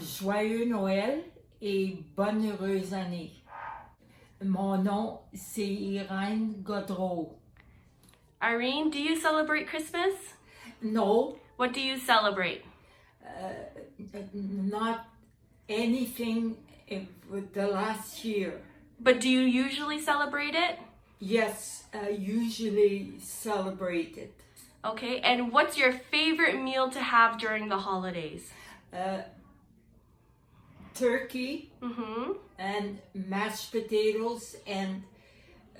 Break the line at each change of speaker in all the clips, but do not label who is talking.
Joyeux Noël et bonne heureuse année. Mon nom, c'est Irène Godreau.
Irene, do you celebrate Christmas?
No, Uh,
What do you celebrate?
not anything eh, with the last year.
But do you usually celebrate it?
Yes, I usually celebrate it.
Okay, and what's your favorite meal to have during the holidays?
Uh, turkey
Mm-hmm.
and mashed potatoes and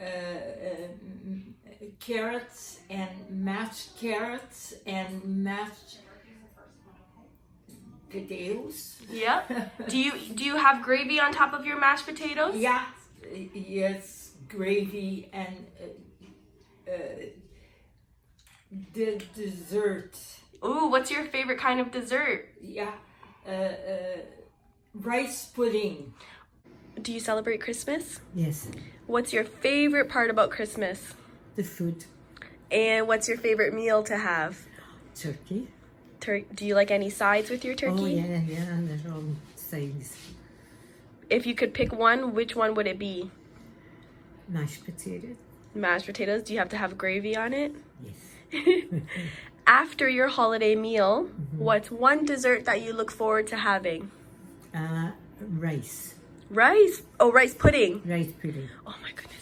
uh, um, carrots and mashed carrots and mashed potatoes.
Yep. do you do you have gravy on top of your mashed potatoes?
Yeah, yes, gravy and uh, uh, the dessert.
Ooh, what's your favorite kind of dessert?
Yeah, uh, uh, rice pudding.
Do you celebrate Christmas?
Yes,
What's your favorite part about Christmas?
the food,
And what's your favorite meal to have?
turkey.
Tur- do you like any sides with your turkey?
Oh yeah, yeah, and the wrong sides,
If you could pick one, which one would it be?
mashed potatoes.
Mashed potatoes. Do you have to have gravy on it?
Yes,
After your holiday meal, what's one dessert that you look forward to having?
uh, rice,
Rice. Oh, rice pudding.
rice pudding.
Oh my goodness.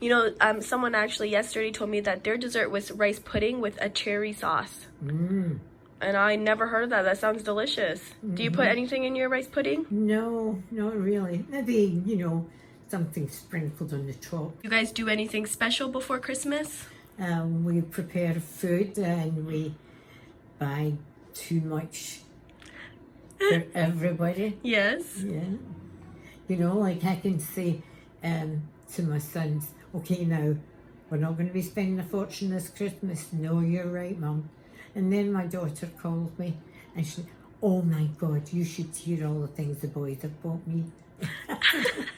You know, um, someone actually yesterday told me that their dessert was rice pudding with a cherry sauce.
Mm.
And I never heard of that. That sounds delicious. Do you put anything in your rice pudding?
No, not really. Maybe you know something sprinkled on the top.
You guys do anything special before Christmas?
Um, we prepare food uh, and we buy too much for everybody.
Yes.
Yeah. You know, like I can say um, to my sons, okay, now we're not going to be spending a fortune this Christmas. No, you're right, Mum. And then my daughter called me and she, oh my God, you should hear all the things the boys have bought me.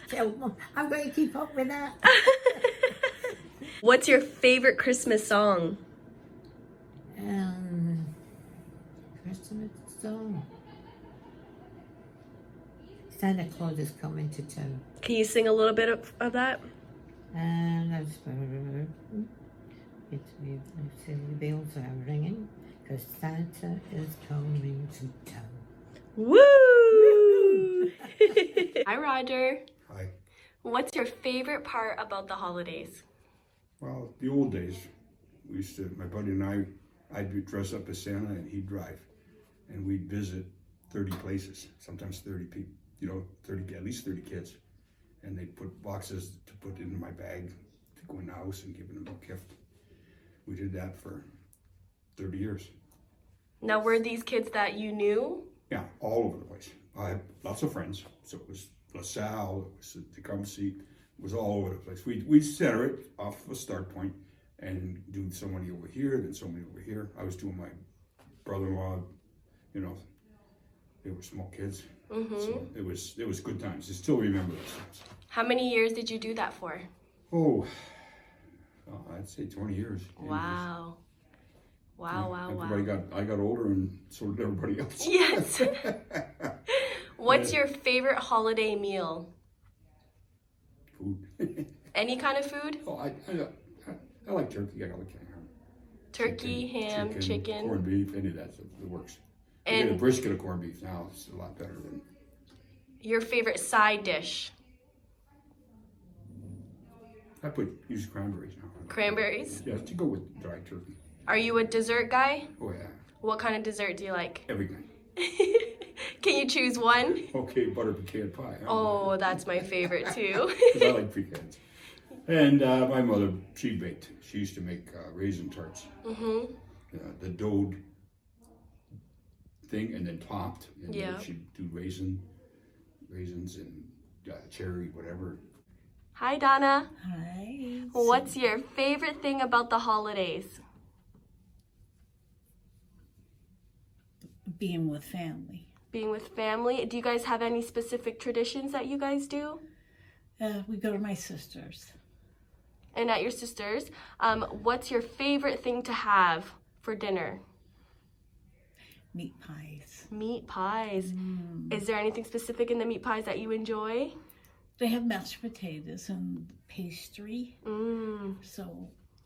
Tell Mum, I'm going to keep up with that.
What's your favorite Christmas song?
Um, Christmas song. Santa Claus is coming to town.
Can you sing a little bit of, of that?
And that's it's me the bells are ringing because Santa is coming to town.
Woo! Hi, Roger.
Hi.
What's your favorite part about the holidays?
Well, the old days, we used to, my buddy and I, I'd be- dress up as Santa and he'd drive. And we'd visit 30 places, sometimes 30 people, you know, 30, ki- at least 30 kids. And they'd put boxes to put in my bag to go in the house and give them a gift. We did that for 30 years.
Now, were these kids that you knew?
Yeah, all over the place. I had lots of friends. So it was LaSalle, it was Tecumseh, it was all over the place. We we center it off a start point and do so many over here, then so many over here. I was doing my brother-in-law, you know, they were small kids. So it was it was good times. I still remember those times.
How many years did you do that for?
Oh, oh, I'd say 20 years.
Wow. Wow, Oh, wow,
Everybody
wow.
got I got older and so did everybody else.
Yes. What's your favorite holiday meal?
Food.
Any kind of food?
Oh, I, I, I- I like turkey. I like ham.
Turkey, ham, chicken.
corned beef, any of that stuff. It works. You get a
And
brisket of corned beef now. It's a lot better than
your favorite side dish?
I put use cranberries now.
Cranberries.
Yeah, to go with dry turkey.
Are you a dessert guy?
Oh yeah,
What kind of dessert do you like?
everything.
Can you choose one?
Okay, butter pecan pie. huh?
Oh, that's my favorite too.
'Cause I like pecans. And uh, my mother, she baked. She used to make uh, raisin tarts. Mm-hmm. Uh, the doughed thing, and then topped. And then
Yeah.
She'd do raisin, raisins and uh, cherry, whatever.
Hi, Donna.
Hi.
What's your favorite thing about the holidays?
Being with family.
Being with family. Do you guys have any specific traditions that you guys do?
Uh, we go to my sister's.
And at your sister's, um, what's your favorite thing to have for dinner?
meat pies. Mm.
Meat pies. Is there anything specific in the meat pies that you enjoy?
They have mashed potatoes and pastry.
Mm.
So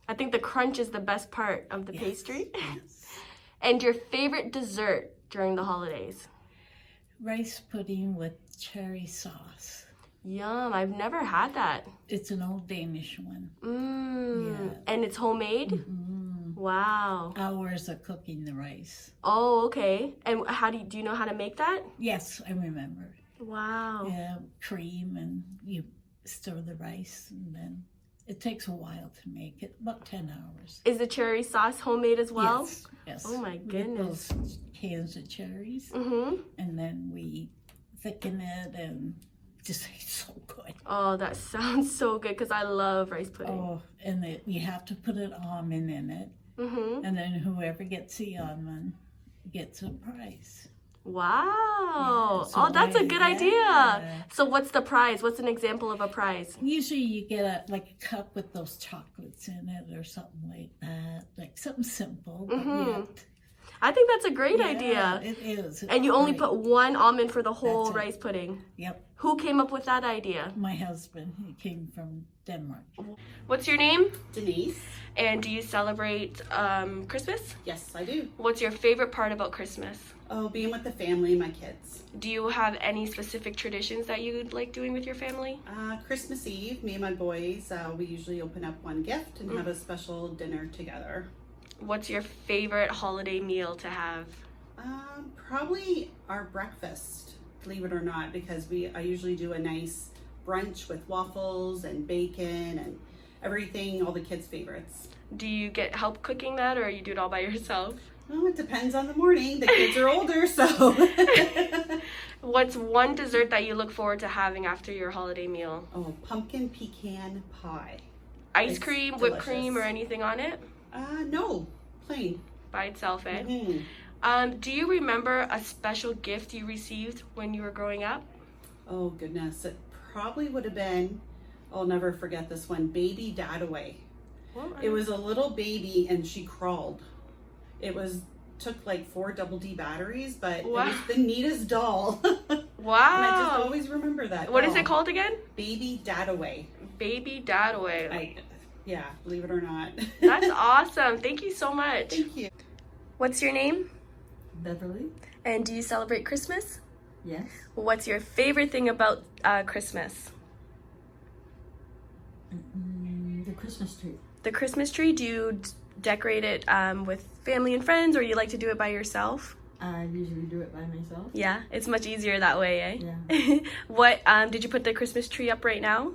I think the crunch is the best part of the
yes,
pastry.
yes.
And your favorite dessert during the holidays?
Rice pudding with cherry sauce.
Yum, I've never had that.
It's an old Danish one.
Mm.
Yeah.
And it's homemade?
Mm.
Wow.
Hours of cooking the rice.
Oh, okay. And how do you, do you know how to make that?
Yes, I remember.
Wow.
Yeah, cream and you stir the rice and then it takes a while to make it, about 10 hours.
Is the cherry sauce homemade as well?
yes, yes.
Oh my
We get those cans of cherries
Mm-hmm.
and then we thicken it and just tastes so good.
Oh, that sounds so good because I love rice pudding.
Oh, and it, you have to put an almond in it,
Mm-hmm.
and then whoever gets the almond gets a prize.
Wow.
Yeah,
oh,
so
that's a
I-
good
yeah.
idea. So, what's the prize? What's an example of a prize?
Usually, you get a like a cup with those chocolates in it, or something like that, like something simple. But
Mhm.
yet-
I think that's a great
Yeah,
idea.
It is.
And you only
Right.
put one almond for the whole
That's it.
rice pudding.
Yep,
Who came up with that idea?
my husband. He came from Denmark.
What's your name?
Denise.
And do you celebrate um, Christmas?
Yes, I do.
What's your favorite part about Christmas?
Oh, being with the family and my kids.
Do you have any specific traditions that you like doing with your family?
Uh, Christmas Eve, me and my boys, uh, we usually open up one gift and have a special dinner together.
What's your favorite holiday meal to have?
Um, probably our breakfast, believe it or not, because we I usually do a nice brunch with waffles and bacon and everything, all the kids' favorites.
Do you get help cooking that or you do it all by yourself?
Well, it depends on the morning. The kids are older, so.
What's one dessert that you look forward to having after your holiday meal?
oh, pumpkin pecan pie.
Ice
It's
cream, whipped cream, or
delicious.
anything on it?
Uh, no, plain.
By itself, eh?
Mm.
Um, do you remember a special gift you received when you were growing up?
Oh goodness, it probably would have been. I'll never forget this one. Baby died away. It was a little baby and she crawled. It was took like four double D batteries, but
Wow.
it was the neatest doll. and I just
Wow.
always remember that.
What is
doll.
it called again?
Uh, oh. Baby died away.
Baby Dad Away.
I, yeah, believe it or not.
That's awesome. Thank you so much.
Thank you.
What's your name?
Beverly?
And do you celebrate Christmas?
Yes.
What's your favorite thing about uh, Christmas?
Mm, the Christmas tree.
The Christmas tree, do you d- decorate it um, with family and friends or you like to do it by yourself?
I Uh, usually do it by myself.
Yeah, it's much easier that way, eh?
Yeah.
what um, did you put the Christmas tree up right now?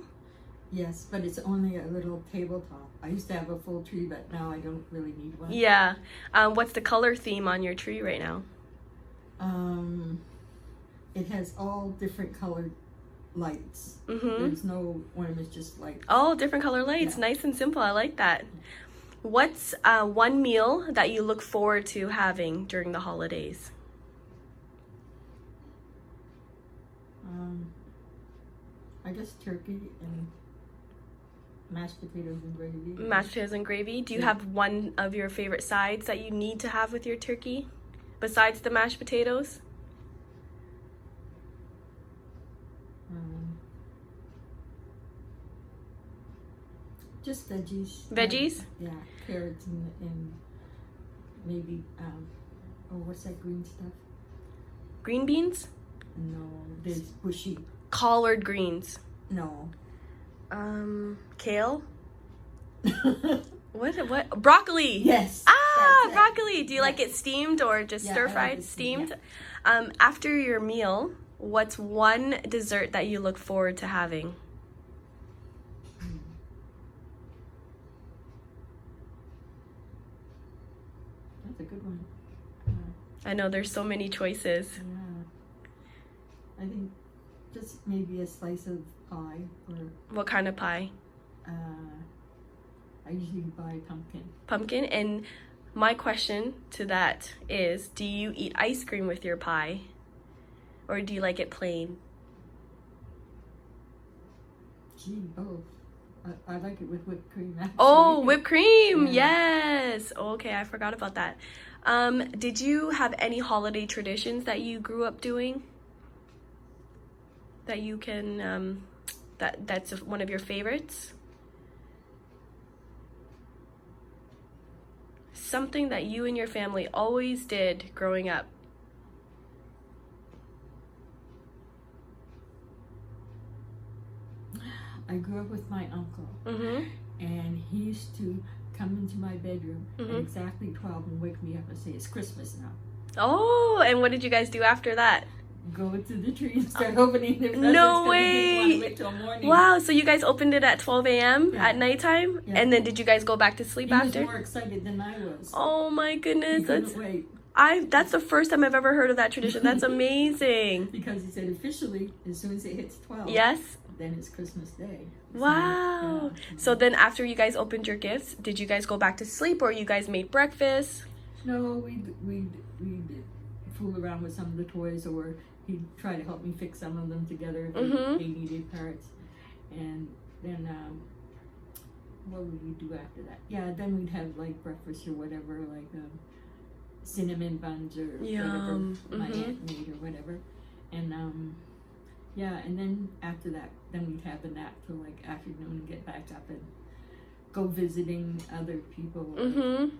Yes, but it's only a little tabletop. I used to have a full tree, but now I don't really need one.
Yeah. Um, what's the color theme on your tree right now?
Um, it has all different colored lights.
Mm-hmm.
There's no ornaments, just like
Oh, different color lights. Nice and simple. I like that. What's uh, one meal that you look forward to having during the holidays?
um, I guess turkey and mashed potatoes and gravy.
Mashed potatoes and gravy. Do you have one of your favorite sides that you need to have with your turkey besides the mashed potatoes?
um, just veggies.
Veggies?
Yeah, carrots and, and maybe um, oh, what's that green stuff?
Green beans?
No, there's bushy.
Collard greens.
No.
Um, kale? What? What? Broccoli!
yes.
Ah,
that's it.
broccoli. Do you like it steamed or just
Yeah, I
stir
like
fried?
it
Steamed.
steamed,
Um, after your meal, what's one dessert that you look forward to having?
Hmm. That's a good one.
I know there's so many choices.
Yeah. I think just maybe a slice of pie or
What kind of pie?
uh, I usually buy pumpkin.
Pumpkin. And my question to that is, do you eat ice cream with your pie, or do you like it plain?
Gee, both. I, I like it with whipped cream. Actually.
Oh, whipped Oh, cream.
Yeah.
Yes. Okay, I forgot about that. Um, did you have any holiday traditions that you grew up doing? That you can um, that that's one of your favorites? Something that you and your family always did growing up.
I grew up with my uncle,
Mhm.
and he used to come into my bedroom
Mhm.
at exactly 12 and wake me up and say, It's Christmas now.
Oh, and what did you guys do after that?
Go to the tree and start opening the presents.
No
'cause we didn't wanna
way.
Wait till morning.
Wow, so you guys opened it at 12 a.m.
Yeah.
at nighttime,
Yeah.
and then did you guys go back to sleep
He was
after?
more excited than I was.
Oh my
He
goodness,
couldn't
that's
wait
I that's the first time I've ever heard of that tradition. That's amazing.
because he said officially, as soon as it hits 12,
Yes.
then it's Christmas Day. So,
Wow.
yeah.
So then after you guys opened your gifts, did you guys go back to sleep or you guys made breakfast?
No, we'd, we'd, we'd fool around with some of the toys, or he'd try to help me fix some of them together if
Mhm.
they needed parts. And then, um, what would we do after that? Yeah, then we'd have like breakfast or whatever, like um, cinnamon buns or
Yum.
whatever my
Mhm.
aunt made or whatever. And um, yeah, and then after that, then we'd have a nap till like afternoon and get back up and go visiting other people. or
Mhm.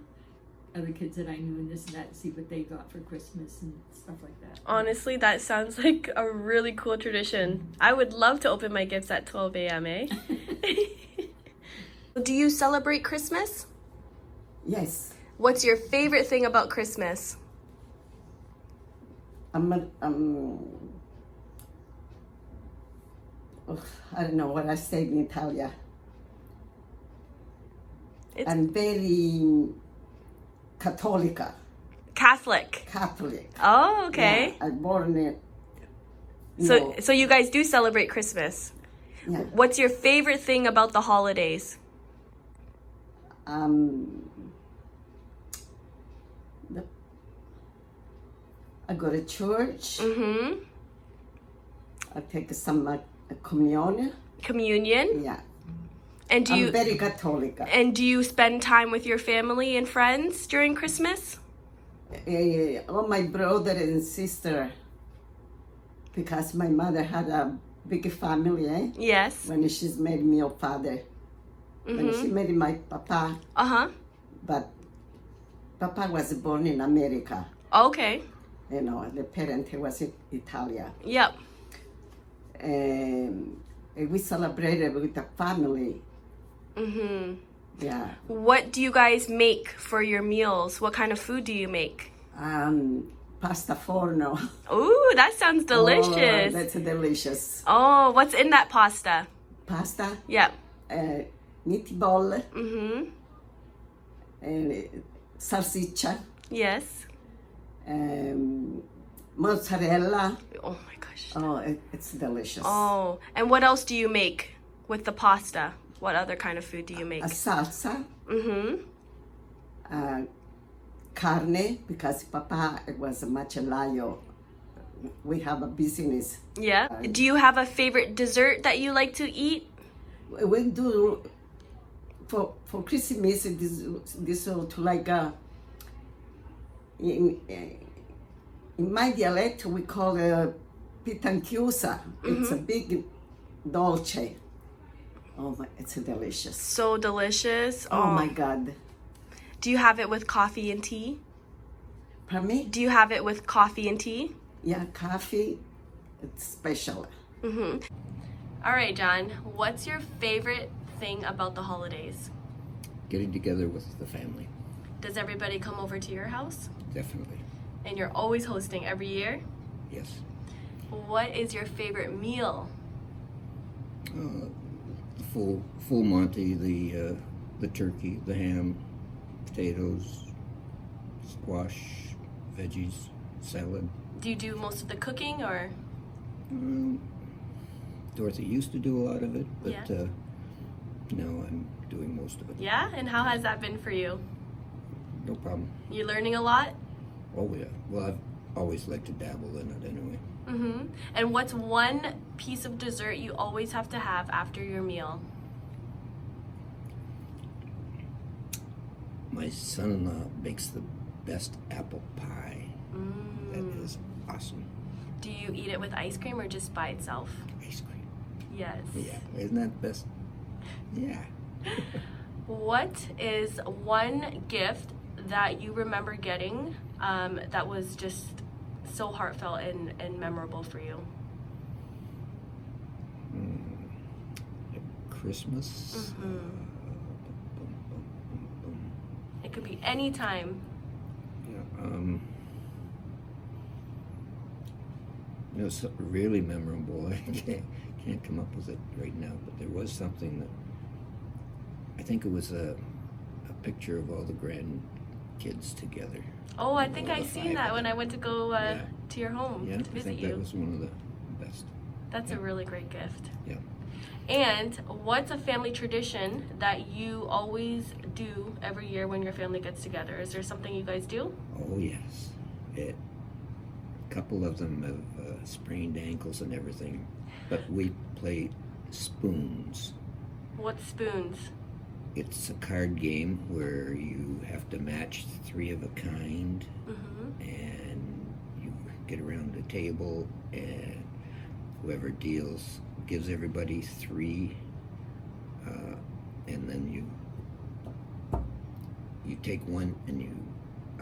other kids that I knew and this and that, see what they got for Christmas and stuff like that.
Honestly, that sounds like a really cool tradition. I would love to open my gifts at 12 a.m. Eh? Do you celebrate Christmas?
Yes,
What's your favorite thing about Christmas?
I'm. A, um, ugh, I don't know what I say in Italian.
It's-
I'm very Catholica,
Catholic.
Catholic.
Oh, okay.
Yeah, I born it. You
So
know,
so you guys do celebrate Christmas.
yeah,
What's your favorite thing about the holidays?
um, the, I go to church.
Mhm.
I take some uh, communion.
Communion.
Yeah,
And do you
I'm very Catholica.
And do you spend time with your family and friends during Christmas?
Eh, all my brother and sister because my mother had a big family eh?
Yes. Mm-hmm.
when she's married me or father when she married my papa
Uh
but papa was born in america
huh. Okay.
you know the parent he was I- italian
Yep.
um, and we celebrated with the family
Mhm.
yeah
What do you guys make for your meals? What kind of food do you make?
um, pasta forno
Ooh, that sounds
oh,
delicious.
that's delicious
Oh, what's in that pasta?
pasta
Yep.
uh, meatball
Mhm.
and uh, salsiccia,
Yes.
um, mozzarella.
Oh my gosh.
Oh, it, it's delicious.
Oh, and what else do you make with the pasta? What other kind of food do you make?
A salsa,
Mhm.
uh, carne, because Papa was a macellaio. We have a business.
Yeah.
Uh,
Do you have a favorite dessert that you like to eat?
We do for for Christmas this this uh, to like a. In, in my dialect, we call it pitanchiusa. It's a big dolce. Oh, my, it's delicious.
So delicious.
Oh my God.
Do you have it with coffee and tea?
Pardon me?
Do you have it with coffee and tea?
Yeah, coffee, it's special.
Mm-hmm. All right, John, what's your favorite thing about the holidays?
getting together with the family,
Does everybody come over to your house?
definitely.
And you're always hosting every year?
Yes.
What is your favorite meal?
Uh, full full Monty, the uh, the turkey, the ham, potatoes, squash, veggies, salad.
Do you do most of the cooking or?
Um, Dorothy used to do a lot of it, but
Yeah.
uh, now I'm doing most of it.
Yeah, and how has that been for you?
No problem.
You learning a lot?
Oh yeah. Well, I've always liked to dabble in it anyway. Mm-hmm.
Mhm. And what's one piece of dessert you always have to have after your meal?
My son-in-law makes the best apple pie. Mm. That is awesome.
Do you eat it with ice cream or just by itself?
Ice cream.
Yes.
Yeah. Isn't that best? Yeah.
What is one gift that you remember getting um, that was just so heartfelt and, and memorable for you?
Mm. Like Christmas. Uh, bum, bum, bum, bum.
It could be any time. Mm-hmm.
Yeah. Um, it was so- really memorable. I can't, can't come up with it right now, but there was something that I think it was a, a picture of all the grandkids together.
Oh, I think
All
I
the
seen
five
that
of
when I went to go uh,
Yeah.
to your home
Yeah,
to
I
visit
think that
you.
was one of the best.
That's a
yeah.
really great gift.
Yeah.
And what's a family tradition that you always do every year when your family gets together? Is there something you guys do?
Oh yes, it. A couple of them have uh, sprained ankles and everything, but we play spoons.
What spoons?
It's a card game where you have to match three of a kind,
Mm-hmm.
and you get around a table, and whoever deals gives everybody three, uh, and then you you take one and you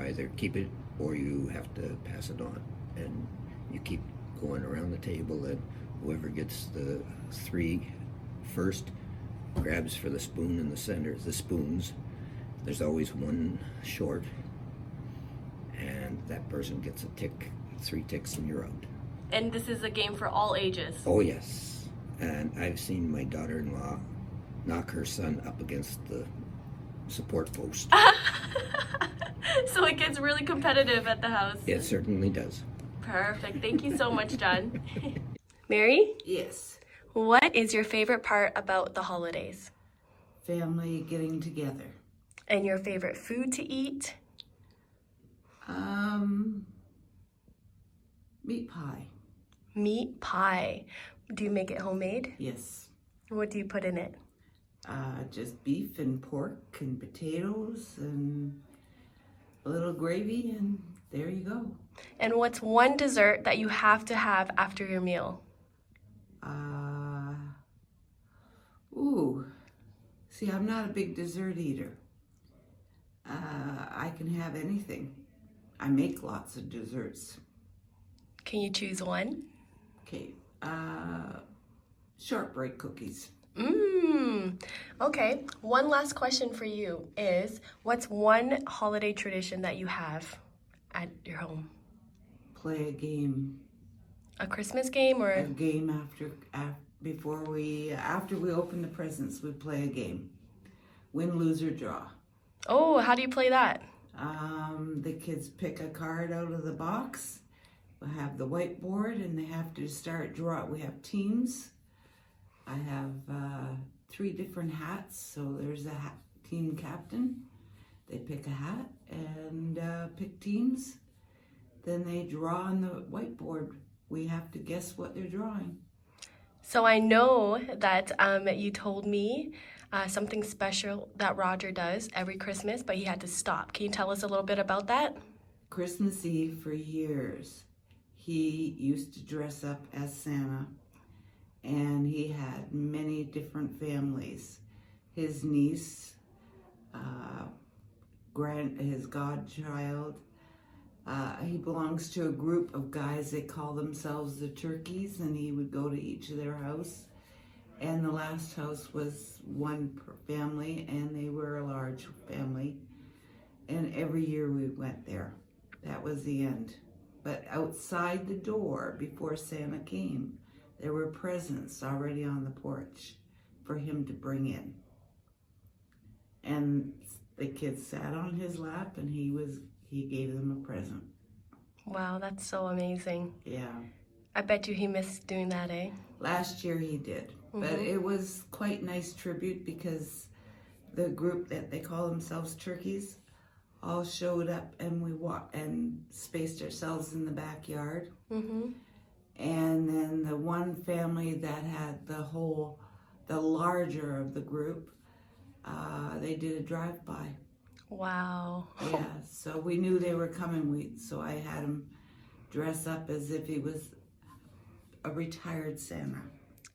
either keep it or you have to pass it on, and you keep going around the table, and whoever gets the three first grabs for the spoon in the center, the spoons. There's always one short, and that person gets a tick, three ticks, and you're out.
And this is a game for all ages.
Oh, yes. And I've seen my daughter in law knock her son up against the support post.
so it gets really competitive at the house.
it certainly does.
Perfect. Thank you so much, John. Mary,
Yes,
what is your favorite part about the holidays?
family getting together.
And your favorite food to eat?
Um, meat pie.
Meat pie. Do you make it homemade?
Yes,
What do you put in it?
uh, just beef and pork and potatoes and a little gravy, and there you go.
And what's one dessert that you have to have after your meal?
Uh, ooh, see, I'm not a big dessert eater. Uh, I can have anything. I make lots of desserts.
Can you choose one?
Okay, uh, shortbread cookies.
Mmm. Okay. One last question for you is what's one holiday tradition that you have at your home?
Play a game.
A Christmas game
A
or
game after, af before we after we open the presents, we play a game. Win, lose, or draw.
Oh, how do you play that?
Um, the kids pick a card out of the box. We have the whiteboard, and they have to start draw. We have teams. I have uh, three different hats. So there's a ha- team captain. They pick a hat and uh, pick teams. Then they draw on the whiteboard. We have to guess what they're drawing.
So I know that um, you told me uh, something special that Roger does every Christmas, but he had to stop. Can you tell us a little bit about that?
Christmas Eve for years, he used to dress up as Santa and he had many different families. His niece, uh, grand, his godchild. Uh, he belongs to a group of guys, they call themselves the Turkeys, and he would go to each of their house. And the last house was one per family, and they were a large family. And every year we went there. That was the end. But outside the door, before Santa came, there were presents already on the porch for him to bring in. And the kids sat on his lap and he was he gave them a present.
Wow, that's so amazing.
Yeah.
I bet you he missed doing that, eh?
Last year he did. But
Mhm.
it was quite nice tribute because the group that they call themselves turkeys all showed up and we walked and spaced ourselves in the backyard
Mm-hmm.
and then the one family that had the whole the larger of the group uh, they did a drive-by
Wow.
Yeah, so we knew they were coming. We so I had him dress up as if he was a retired Santa.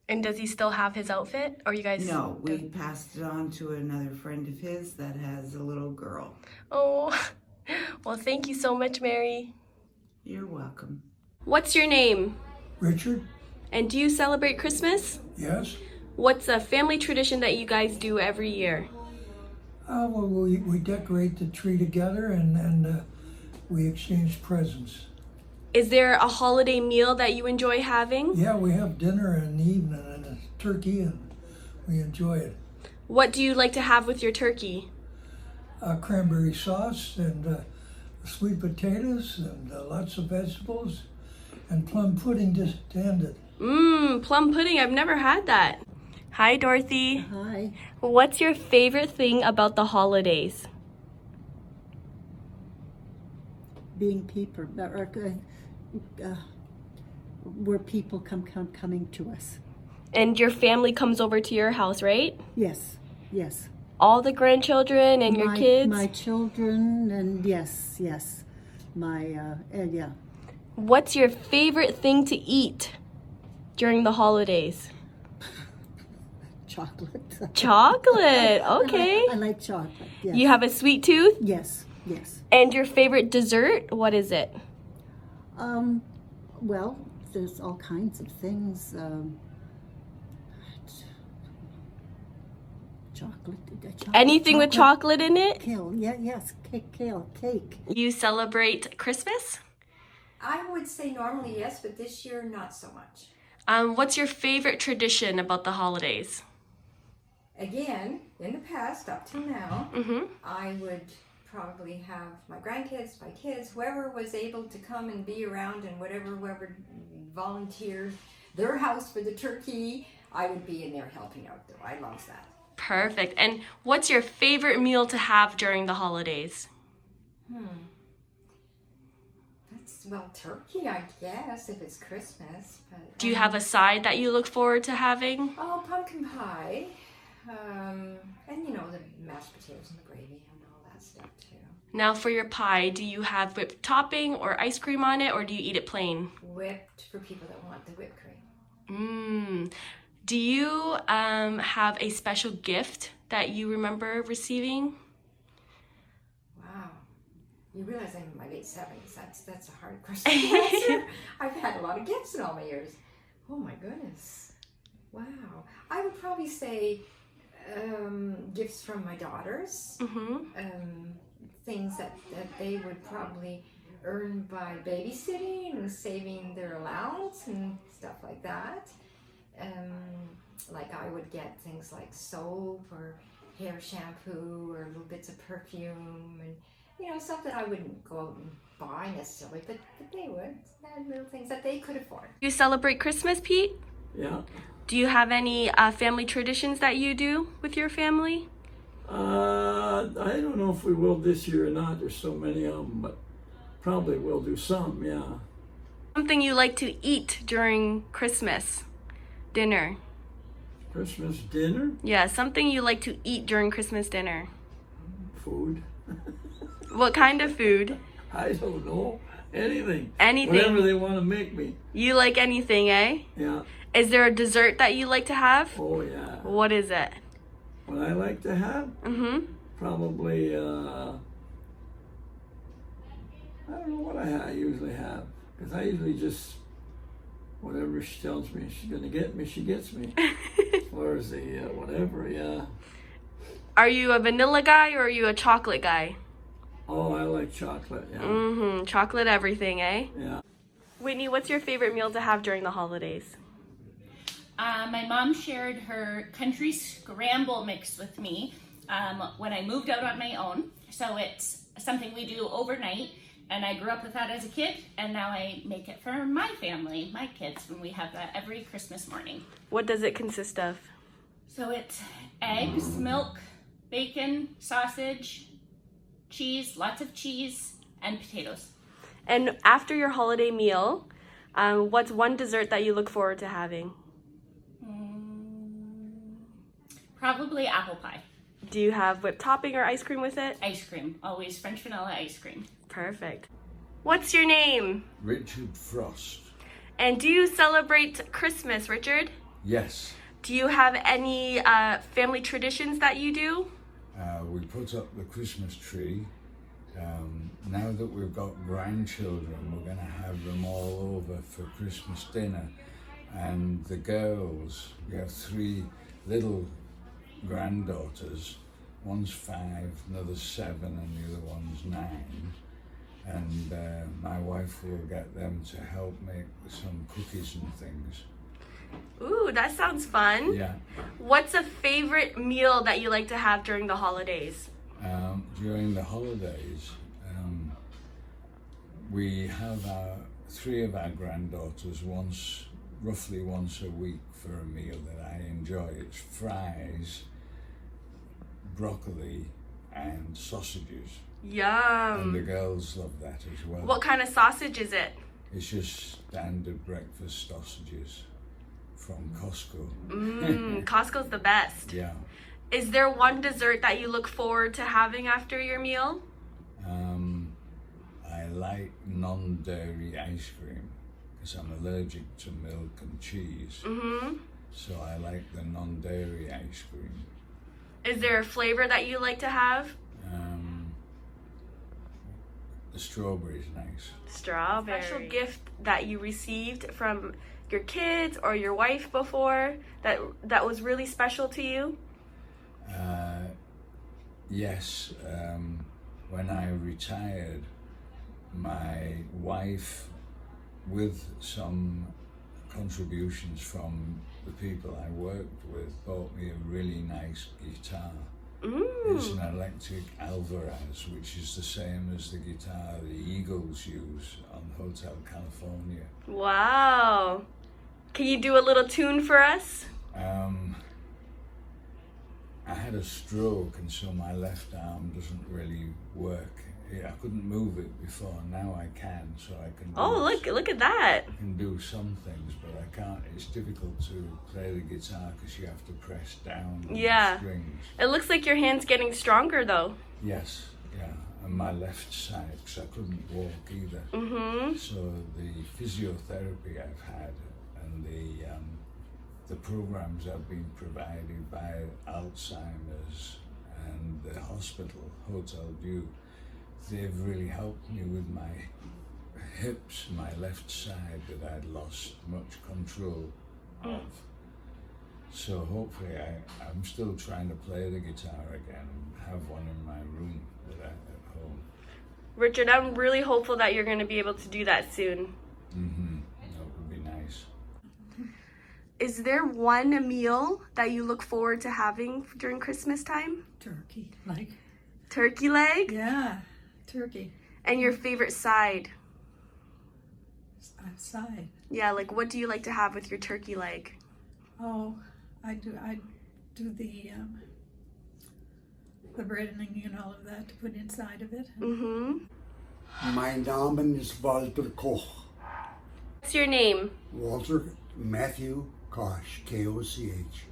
And does he still have his outfit? Or you guys?
No, we passed it on to another friend of his that has a little girl.
Oh, well, thank you so much, Mary.
You're welcome.
What's your name?
Richard,
And do you celebrate Christmas?
yes?
What's a family tradition that you guys do every year?
Uh, well, we, we decorate the tree together and, and uh, we exchange presents.
Is there a holiday meal that you enjoy having?
Yeah, we have dinner in the evening and it's turkey and we enjoy it.
What do you like to have with your turkey?
Uh, cranberry sauce and uh, sweet potatoes and uh, lots of vegetables and plum pudding just to end it.
Mmm, plum pudding. I've never had that. Hi, Dorothy.
Hi.
What's your favorite thing about the holidays?
being people or uh, uh, where people come, come coming to us.
And your family comes over to your house, right?
Yes, yes.
All the grandchildren and your
my,
kids?
My children, and yes, yes. My uh, and yeah,
What's your favorite thing to eat during the holidays?
chocolate.
Chocolate.
I like-
Okay.
I like chocolate. Yes.
You have a sweet tooth?
Yes, yes.
And your favorite dessert? What is it?
Um, well, there's all kinds of things. Um, chocolate, uh, chocolate.
Anything with chocolate in it?
Kale. Yeah. Yes. Cake. Kale. Cake.
You celebrate Christmas?
I would say normally yes, but this year not so much.
Um, what's your favorite tradition about the holidays?
Again, in the past, up till now,
Mhm.
I would probably have my grandkids, my kids, whoever was able to come and be around, and whatever whoever volunteered their house for the turkey, I would be in there helping out. Though I love that.
Perfect. And what's your favorite meal to have during the holidays?
Hmm. That's well, turkey, I guess, if it's Christmas. But,
Do you have a side that you look forward to having?
Oh, pumpkin pie. Um, and you know, the mashed potatoes and the gravy and all that stuff too.
Now, for your pie, do you have whipped topping or ice cream on it, or do you eat it plain?
Whipped for people that want the whipped cream.
Mmm. Do you um, have a special gift that you remember receiving?
Wow. You realize I'm in my late seventies. That's that's a hard question to answer. I've had a lot of gifts in all my years. Oh my goodness. Wow. I would probably say um, gifts from my daughters. Um, things that, that they would probably earn by babysitting and saving their allowance and stuff like that. Um, like I would get things like soap or hair shampoo or little bits of perfume and you know stuff that I wouldn't go out and buy necessarily, but, but they would. They little things that they could afford.
Do you celebrate Christmas, Pete?
Yeah.
Do you have any uh, family traditions that you do with your family?
Uh, I don't know if we will this year or not. There's so many of them, but probably we'll do some. Yeah.
Something you like to eat during Christmas dinner?
Christmas dinner,
Yeah, something you like to eat during Christmas dinner.
food.
What kind of food?
I don't know anything.
Anything.
Whatever they want to make me.
You like anything, eh?
Yeah.
Is there a dessert that you like to have?
Oh yeah.
What is it?
What I like to have
Mm-hmm.
probably. Uh, I don't know what I, ha- I usually have because I usually just whatever she tells me she's gonna get me, she gets me. as far as the uh, whatever, yeah.
Are you a vanilla guy or are you a chocolate guy?
Oh, I like chocolate. Yeah.
Mm-hmm. Chocolate everything, eh?
Yeah.
Whitney, what's your favorite meal to have during the holidays?
Uh, my mom shared her country scramble mix with me um, when I moved out on my own. So it's something we do overnight. And I grew up with that as a kid, and now I make it for my family, my kids, and we have that every Christmas morning.
What does it consist of?
So it's eggs, milk, bacon, sausage, cheese, lots of cheese, and potatoes.
And after your holiday meal, um, what's one dessert that you look forward to having?
Mm, Probably apple pie.
Do you have whipped topping or ice cream with it?
Ice cream, always French vanilla ice cream.
Perfect. What's your name?
Richard Frost.
And do you celebrate Christmas, Richard?
Yes,
Do you have any uh, family traditions that you do?
uh, we put up the Christmas tree. Um, now that we've got grandchildren, we're going to have them all over for Christmas dinner. And the girls, we have three little granddaughters. One's five, another's seven, and the other one's nine. And uh, my wife will get them to help make some cookies and things.
Ooh, that sounds fun.
Yeah.
What's a favorite meal that you like to have during the holidays?
um, during the holidays, um, we have our, three of our granddaughters once, roughly once a week, for a meal that I enjoy. It's fries, broccoli, and sausages. and the
Yum.
girls love that as well.
What kind of sausage is it?
It's just standard breakfast sausages from Costco.
Mmm, Costco's the best.
yeah.
Is there one dessert that you look forward to having after your meal?
Um, I like non dairy ice cream because I'm allergic to milk and cheese.
Mhm.
So I like the non dairy ice cream.
Is there a flavor that you like to have?
Um, the strawberry is nice.
Strawberry. Special gift that you received from your kids or your wife before that that was really special to you?
Uh, yes, um, when I retired, my wife, with some contributions from the people I worked with, bought me a really nice guitar. It's an electric Alvarez, which is the same as the guitar the Eagles use on Hotel California.
Wow. Can you do a little tune for us?
Um, I had a stroke, and so my left arm doesn't really work. Yeah, I couldn't move it before. Now I can, so I can. do-
Oh, look look at that.
I can do some things, but I can't. It's difficult to play the guitar because you have to press down on the
Yeah.
strings.
It looks like your hand's getting stronger though.
Yes, yeah, and my left side because I couldn't walk either.
Mhm.
So the physiotherapy I've had and the um, the programs I've been provided by Alzheimer's and the hospital Hotel View, they've really helped me with my hips, my left side that I'd lost much control of. So hopefully I, I'm still trying to play the guitar again and have one in my room that I, at home.
Richard, I'm really hopeful that you're going to be able to do that soon.
Mm-hmm. That would be nice.
Is there one meal that you look forward to having during Christmas time?
Turkey leg.
Turkey leg?
Yeah, turkey
And your favorite side?
outside.
Yeah, like what do you like to have with your turkey leg?
Oh, I do. I do the um, the breadening and all of that to put inside of it.
Mm-hmm.
Mein Name ist Walter Koch.
What's your name?
Walter Matthew Koch, K O C H.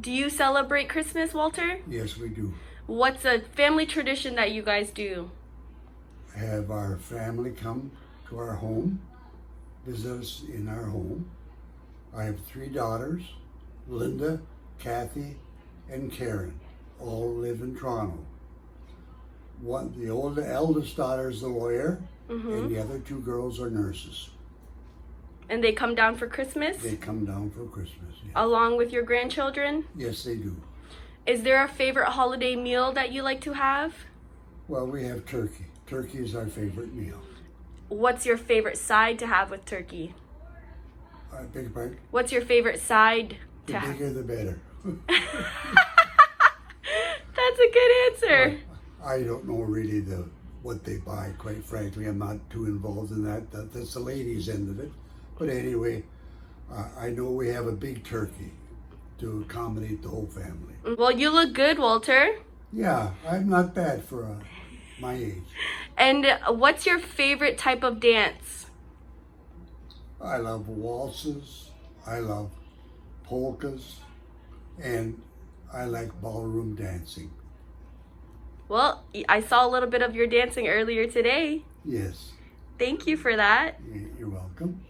Do you celebrate Christmas, Walter?
Yes, we do
What's a family tradition that you guys do?
have our family come to our home, visit us in our home. I have three daughters, Linda, Kathy, and Karen. All live in Toronto. One, the older, eldest daughter is a lawyer, and the
Mm-hmm.
other two girls are nurses.
And they come down for Christmas
They come down for Christmas.
along with your grandchildren?
Yes, they do.
Is there a favorite holiday meal that you like to have?
Well, we have turkey. Turkey is our favorite meal.
What's your favorite side to have with turkey?
I beg your pardon?
What's your favorite side
The
to have?
bigger the better.
That's a good answer.
I don't know really the what they buy, quite frankly. I'm not too involved in that. that that's the ladies' end of it. But anyway, uh, I know we have a big turkey to accommodate the whole family.
Well, you look good, Walter.
Yeah, I'm not bad for uh, my age.
And uh, what's your favorite type of dance?
I love waltzes, I love polkas, and I like ballroom dancing.
Well, I saw a little bit of your dancing earlier today.
Yes,
Thank you for that.
y- you're welcome.